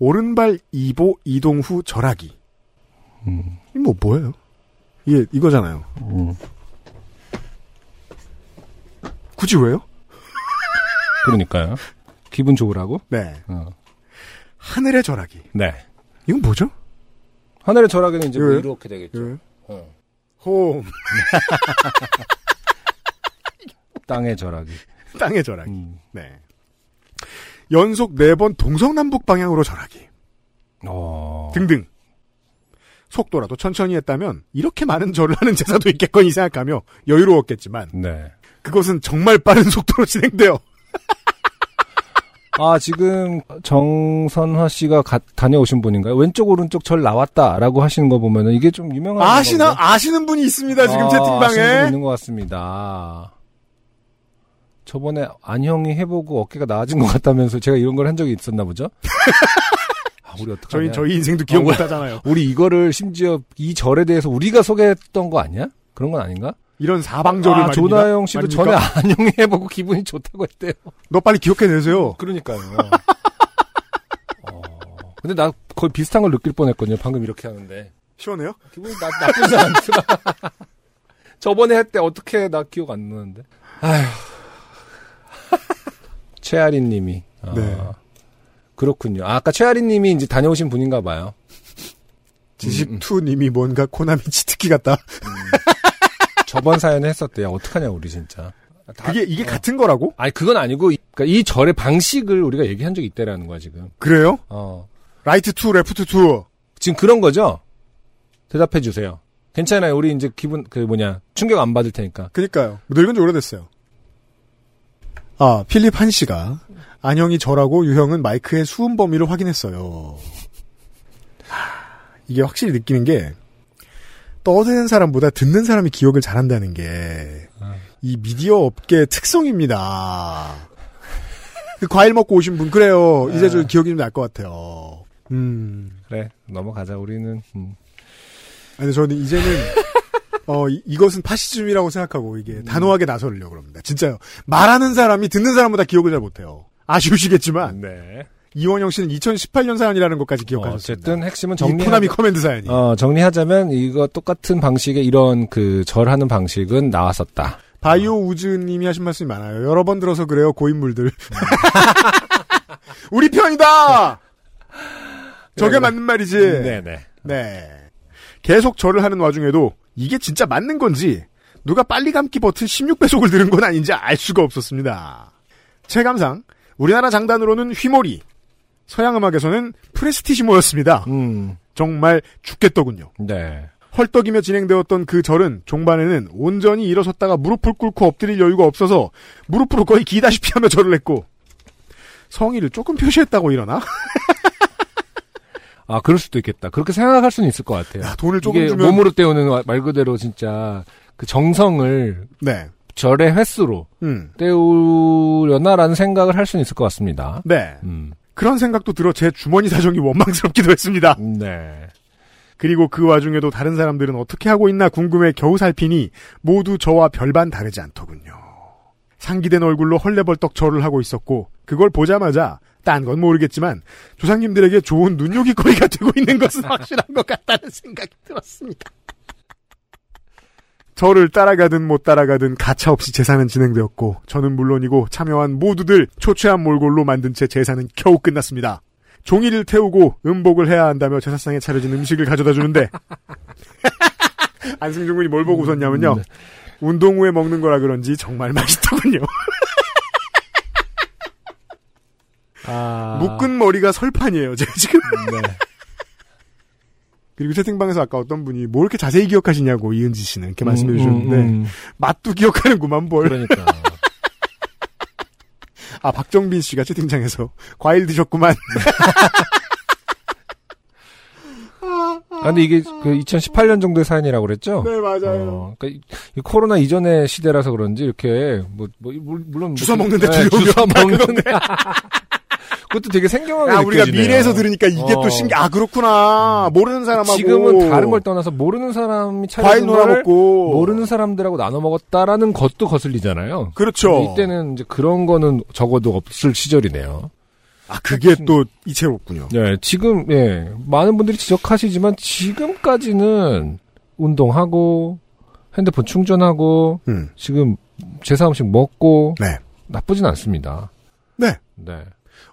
D: 오른발 2보 이동 후 절하기.
E: 음.
D: 이뭐 뭐예요? 이게 이거잖아요.
E: 음.
D: 굳이 왜요?
E: 그러니까요. 기분 좋으라고?
D: 네.
E: 어.
D: 하늘의 절하기.
E: 네.
D: 이건 뭐죠?
E: 하늘의 절하기는 이제 뭐
D: 예.
E: 이렇게 되겠죠.
D: 예.
E: 어.
D: 홈.
E: 땅의 절하기.
D: 땅의 절하기.
E: 음.
D: 네. 연속 네 번 동서남북 방향으로 절하기.
E: 어.
D: 등등. 속도라도 천천히 했다면 이렇게 많은 절을 하는 제사도 있겠거니 생각하며 여유로웠겠지만
E: 네.
D: 그것은 정말 빠른 속도로 진행돼요.
E: 아, 지금 정선화 씨가 가- 다녀오신 분인가요? 왼쪽, 오른쪽 절 나왔다라고 하시는 거 보면은 이게 좀 유명한.
D: 아시나
E: 건가요?
D: 아시는 분이 있습니다 지금
E: 어, 네. 아, 아시는 분
D: 채팅방에.
E: 있는 것 같습니다. 저번에 안형이 해보고 어깨가 나아진 것 같다면서 제가 이런 걸 한 적이 있었나 보죠? 아, 우리
D: 저희
E: 어떡하냐.
D: 저희 인생도 기억
E: 어,
D: 못 하잖아요.
E: 우리 이거를 심지어 이 절에 대해서 우리가 소개했던 거 아니야? 그런 건 아닌가?
D: 이런 사방절을
E: 아,
D: 말입니다.
E: 조나영 씨도
D: 말입니까?
E: 전에 아- 안형이 해보고 기분이 좋다고 했대요.
D: 너 빨리 기억해내세요.
E: 그러니까요. 어, 근데 나 거의 비슷한 걸 느낄 뻔했거든요. 방금 이렇게 하는데
D: 시원해요?
E: 기분이 나, 나쁘지 않더라. 저번에 할 때 어떻게 나 기억 안 나는데. 아휴. 최아린님이. 아,
D: 네.
E: 그렇군요. 아, 아까 최아린님이 이제 다녀오신 분인가 봐요.
D: 지식투님이 뭔가 코나미 치트키 같다.
E: 저번 사연에 했었대요. 어떡하냐 우리 진짜. 아, 다-
D: 그게 이게 같은 거라고?
E: 아니 그건 아니고 이- 그러니까 이 절의 방식을 우리가 얘기한 적이 있다라는 거야 지금.
D: 그래요?
E: 어.
D: 라이트 투, 레프트 투.
E: 지금 그런 거죠? 대답해 주세요. 괜찮아요. 우리 이제 기분 그 뭐냐 충격 안 받을 테니까.
D: 그니까요. 늙은 지 오래됐어요. 아, 필립 한 씨가 안형이 저라고 유형은 마이크의 수음 범위를 확인했어요. 하, 이게 확실히 느끼는 게 떠드는 사람보다 듣는 사람이 기억을 잘한다는 게 이 미디어 업계의 특성입니다. 그 과일 먹고 오신 분 그래요. 이제 저 기억이 좀 날 것 같아요. 음.
E: 그래 넘어가자. 우리는 음.
D: 아니 저는 이제는 어 이- 이것은 파시즘이라고 생각하고 이게 단호하게 나서려고 합니다. 진짜요. 말하는 사람이 듣는 사람보다 기억을 잘 못해요. 아쉬우시겠지만
E: 네.
D: 이원영 씨는 2018년 사연이라는 것까지 기억하셨습니다.
E: 어쨌든 핵심은
D: 이 코나미
E: 정리하자.
D: 커맨드 사연이
E: 어, 정리하자면 이거 똑같은 방식의 이런 그 절하는 방식은 나왔었다.
D: 바이오 우즈님이 하신 말씀이 많아요. 여러 번 들어서 그래요 고인물들. 우리 편이다. 저게
E: 그래.
D: 맞는 말이지.
E: 네.
D: 네. 계속 절을 하는 와중에도 이게 진짜 맞는 건지 누가 빨리 감기 버튼 16배속을 들은 건 아닌지 알 수가 없었습니다. 체감상 우리나라 장단으로는 휘몰이, 서양 음악에서는 프레스티시모였습니다.
E: 음.
D: 정말 죽겠더군요.
E: 네.
D: 헐떡이며 진행되었던 그 절은 종반에는 온전히 일어섰다가 무릎을 꿇고 엎드릴 여유가 없어서 무릎으로 거의 기다시피 하며 절을 했고 성의를 조금 표시했다고 일어나?
E: 아, 그럴 수도 있겠다. 그렇게 생각할 수는 있을 것 같아요.
D: 야, 돈을 조금
E: 이게
D: 주면
E: 몸으로 때우는 와- 말 그대로 진짜 그 정성을
D: 네,
E: 절의 횟수로
D: 음,
E: 때우려나라는 생각을 할 수는 있을 것 같습니다.
D: 네.
E: 음.
D: 그런 생각도 들어 제 주머니 사정이 원망스럽기도 했습니다.
E: 네.
D: 그리고 그 와중에도 다른 사람들은 어떻게 하고 있나 궁금해 겨우 살피니 모두 저와 별반 다르지 않더군요. 상기된 얼굴로 헐레벌떡 절을 하고 있었고 그걸 보자마자 딴 건 모르겠지만 조상님들에게 좋은 눈요깃거리가 되고 있는 것은 확실한 것 같다는 생각이 들었습니다. 저를 따라가든 못 따라가든 가차없이 제사는 진행되었고 저는 물론이고 참여한 모두들 초췌한 몰골로 만든 채 제사는 겨우 끝났습니다. 종이를 태우고 음복을 해야 한다며 제사상에 차려진 음식을 가져다 주는데 안승준 군이 뭘 보고 웃었냐면요. 음, 네. 운동 후에 먹는 거라 그런지 정말 맛있더군요.
E: 아.
D: 묶은 머리가 설판이에요, 제가 지금.
E: 네.
D: 그리고 채팅방에서 아까 어떤 분이 뭐 이렇게 자세히 기억하시냐고 이은지 씨는 이렇게 말씀해
E: 음,
D: 주셨는데
E: 음, 음.
D: 맛도 기억하는구만 뭘.
E: 그러니까.
D: 아 박정빈 씨가 채팅창에서 과일 드셨구만.
E: 아, 근데 이게 그 2018년 정도의 사연이라고 그랬죠?
D: 네 맞아요.
E: 어, 그러니까 이- 이 코로나 이전의 시대라서 그런지 이렇게 뭐, 뭐 이- 물- 물론
D: 주워
E: 무슨-
D: 먹는데 두려움이
E: 주워
D: 없다,
E: 먹는데 그것도 되게 생경하게
D: 아 우리가
E: 느껴지네요.
D: 미래에서 들으니까 이게
E: 어.
D: 또 신기. 아 그렇구나. 모르는 사람하고
E: 지금은 다른 걸 떠나서 모르는 사람이
D: 과일
E: 차려준
D: 놀아
E: 거를
D: 먹고
E: 모르는 사람들하고 나눠 먹었다라는 것도 거슬리잖아요.
D: 그렇죠.
E: 근데 이때는 이제 그런 거는 적어도 없을 시절이네요.
D: 아 그게 또 이채롭군요.
E: 네, 지금 예 많은 분들이 지적하시지만 지금까지는 운동하고 핸드폰 충전하고
D: 음.
E: 지금 제사 음식 먹고
D: 네.
E: 나쁘진 않습니다. 네.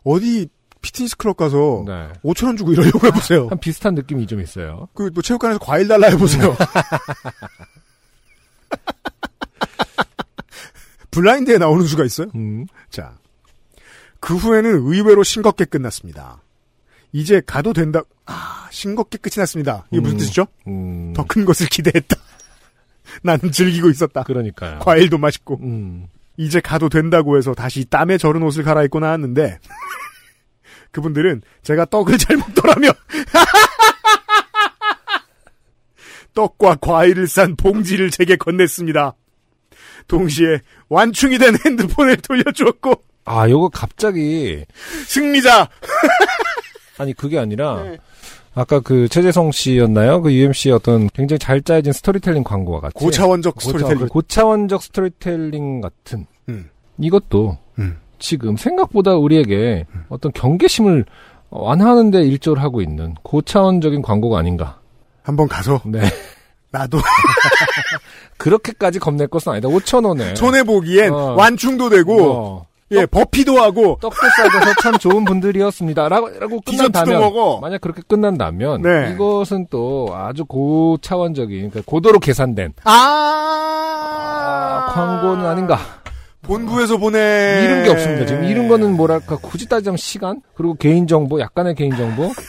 D: 어디 피트니스 클럽 가서
E: 네.
D: 5천 원 주고 이러려고 해보세요.
E: 한 음. 비슷한 느낌이 좀 있어요.
D: 그 뭐 체육관에서 과일 달라 해보세요. 블라인드에 나오는 수가 있어요?
E: 음.
D: 자, 그 후에는 의외로 싱겁게 끝났습니다. 이제 가도 된다. 아, 싱겁게 끝이 났습니다. 이게 무슨
E: 음.
D: 뜻이죠?
E: 음.
D: 더 큰 것을 기대했다. 나는 즐기고 있었다.
E: 그러니까요.
D: 과일도 맛있고.
E: 음.
D: 이제 가도 된다고 해서 다시 땀에 절은 옷을 갈아입고 나왔는데 그분들은 제가 떡을 잘 먹더라며 떡과 과일을 싼 봉지를 제게 건넸습니다. 동시에 완충이 된 핸드폰을 돌려주었고
E: 아, 요거 갑자기
D: 승리자
E: 아니 그게 아니라 아까 그 최재성 씨였나요? 그 UMC의 어떤 굉장히 잘 짜여진 스토리텔링 광고와 같이
D: 고차원적
E: 고차-
D: 스토리텔링
E: 고차원적 스토리텔링 같은
D: 음.
E: 이것도
D: 음.
E: 지금 생각보다 우리에게 어떤 경계심을 완화하는데 일조를 하고 있는 고차원적인 광고가 아닌가.
D: 한번 가서
E: 네.
D: 나도
E: 그렇게까지 겁낼 것은 아니다. 5천 원에
D: 손해 보기엔
E: 어.
D: 완충도 되고 예 버피도 하고
E: 떡도 싸줘서 참 좋은 분들이었습니다. 라고, 라고
D: 디저트도
E: 끝난다면,
D: 먹어.
E: 만약 그렇게 끝난다면,
D: 네.
E: 이것은 또 아주 고차원적인, 그러니까 고도로 계산된
D: 아,
E: 아, 광고는 아닌가.
D: 본부에서 보내
E: 이런 게 없습니다. 지금 이런 거는 뭐랄까, 굳이 따지자면 시간? 그리고 개인정보, 약간의 개인정보?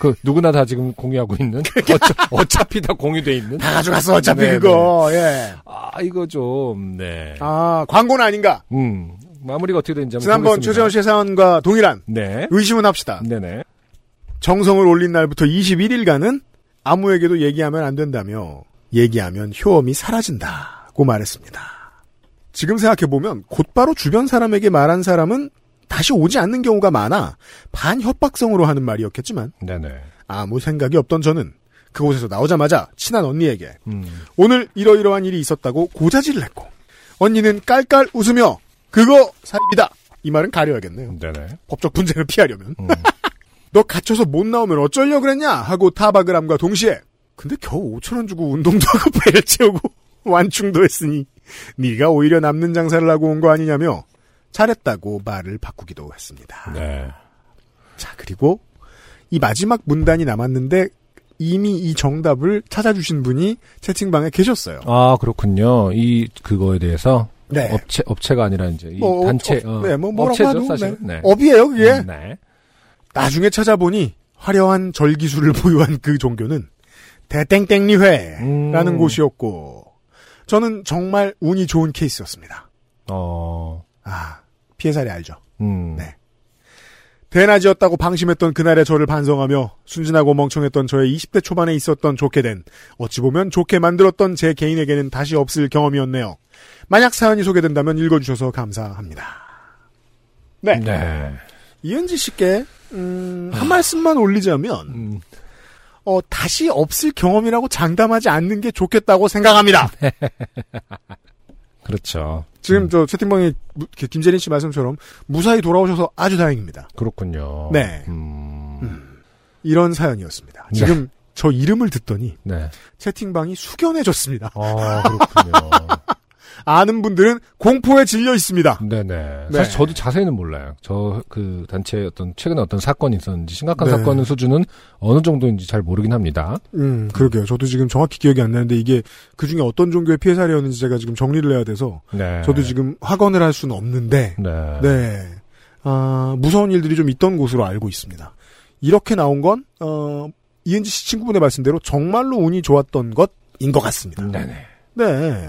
E: 그, 누구나 다 지금 공유하고 있는? 어차, 어차피 다 공유돼 있는?
D: 다 가져갔어 어차피
E: 네,
D: 그거 예.
E: 아, 이거 좀, 네.
D: 아 광고는 아닌가
E: 음, 마무리가 어떻게 되는지 한번
D: 지난번
E: 보겠습니다.
D: 최재원 씨의 아, 사연과 동일한
E: 네.
D: 의심은 합시다
E: 네네.
D: 정성을 올린 날부터 21일간은 아무에게도 얘기하면 안 된다며 얘기하면 효험이 사라진다고 말했습니다 지금 생각해보면 곧바로 주변 사람에게 말한 사람은 다시 오지 않는 경우가 많아 반협박성으로 하는 말이었겠지만
E: 네네.
D: 아무 생각이 없던 저는 그곳에서 나오자마자 친한 언니에게
E: 음.
D: 오늘 이러이러한 일이 있었다고 고자질을 했고 언니는 깔깔 웃으며 그거 사입이다 이 말은 가려야겠네요
E: 네네.
D: 법적 분쟁을 피하려면
E: 음.
D: 너 갇혀서 못 나오면 어쩌려고 그랬냐 하고 타박을 함과 동시에 근데 겨우 5천원 주고 운동도 하고 배를 채우고 완충도 했으니 네가 오히려 남는 장사를 하고 온 거 아니냐며 잘했다고 말을 바꾸기도 했습니다
E: 네.
D: 자 그리고 이 마지막 문단이 남았는데 이미 이 정답을 찾아주신 분이 채팅방에 계셨어요
E: 아 그렇군요. 이 그거에 대해서
D: 네.
E: 업체 업체가 아니라 이제 이
D: 뭐,
E: 단체
D: 어,
E: 어,
D: 네, 뭐 뭐라고
E: 업체죠
D: 하죠.
E: 사실.
D: 네.
E: 네.
D: 업이에요 그게
E: 음, 네.
D: 나중에 찾아보니 화려한 절기술을 보유한 그 종교는 대땡땡리회라는
E: 음.
D: 곳이었고 저는 정말 운이 좋은 케이스였습니다
E: 어.
D: 아 피해 사례 알죠
E: 음.
D: 네. 대낮이었다고 방심했던 그날의 저를 반성하며 순진하고 멍청했던 저의 20대 초반에 있었던 좋게 된 어찌 보면 좋게 만들었던 제 개인에게는 다시 없을 경험이었네요 만약 사연이 소개된다면 읽어주셔서 감사합니다 네,
E: 네.
D: 이은지 씨께 음, 한 말씀만 올리자면
E: 음.
D: 어, 다시 없을 경험이라고 장담하지 않는 게 좋겠다고 생각합니다.
E: 그렇죠.
D: 지금
E: 음,
D: 저 채팅방에 무- 이렇게 김재린 씨 말씀처럼 무사히 돌아오셔서 아주 다행입니다.
E: 그렇군요.
D: 네.
E: 음.
D: 이런 사연이었습니다.
E: 네.
D: 지금 저 이름을 듣더니
E: 네.
D: 채팅방이 숙연해졌습니다.
E: 아 그렇군요.
D: 아는 분들은 공포에 질려 있습니다.
E: 네네.
D: 네.
E: 사실 저도 자세히는 몰라요. 저 그 단체의 어떤 최근에 어떤 사건이 있었는지 심각한
D: 네.
E: 사건 수준은 어느 정도인지 잘 모르긴 합니다.
D: 음, 그러게요. 저도 지금 정확히 기억이 안 나는데 이게 그 중에 어떤 종교의 피해 사례였는지 제가 지금 정리를 해야 돼서
E: 네.
D: 저도 지금 확언을 할 수는 없는데
E: 네.
D: 네. 아, 무서운 일들이 좀 있던 곳으로 알고 있습니다. 이렇게 나온 건, 어, 이은지 씨 친구분의 말씀대로 정말로 운이 좋았던 것인 것 같습니다.
E: 네네.
D: 네.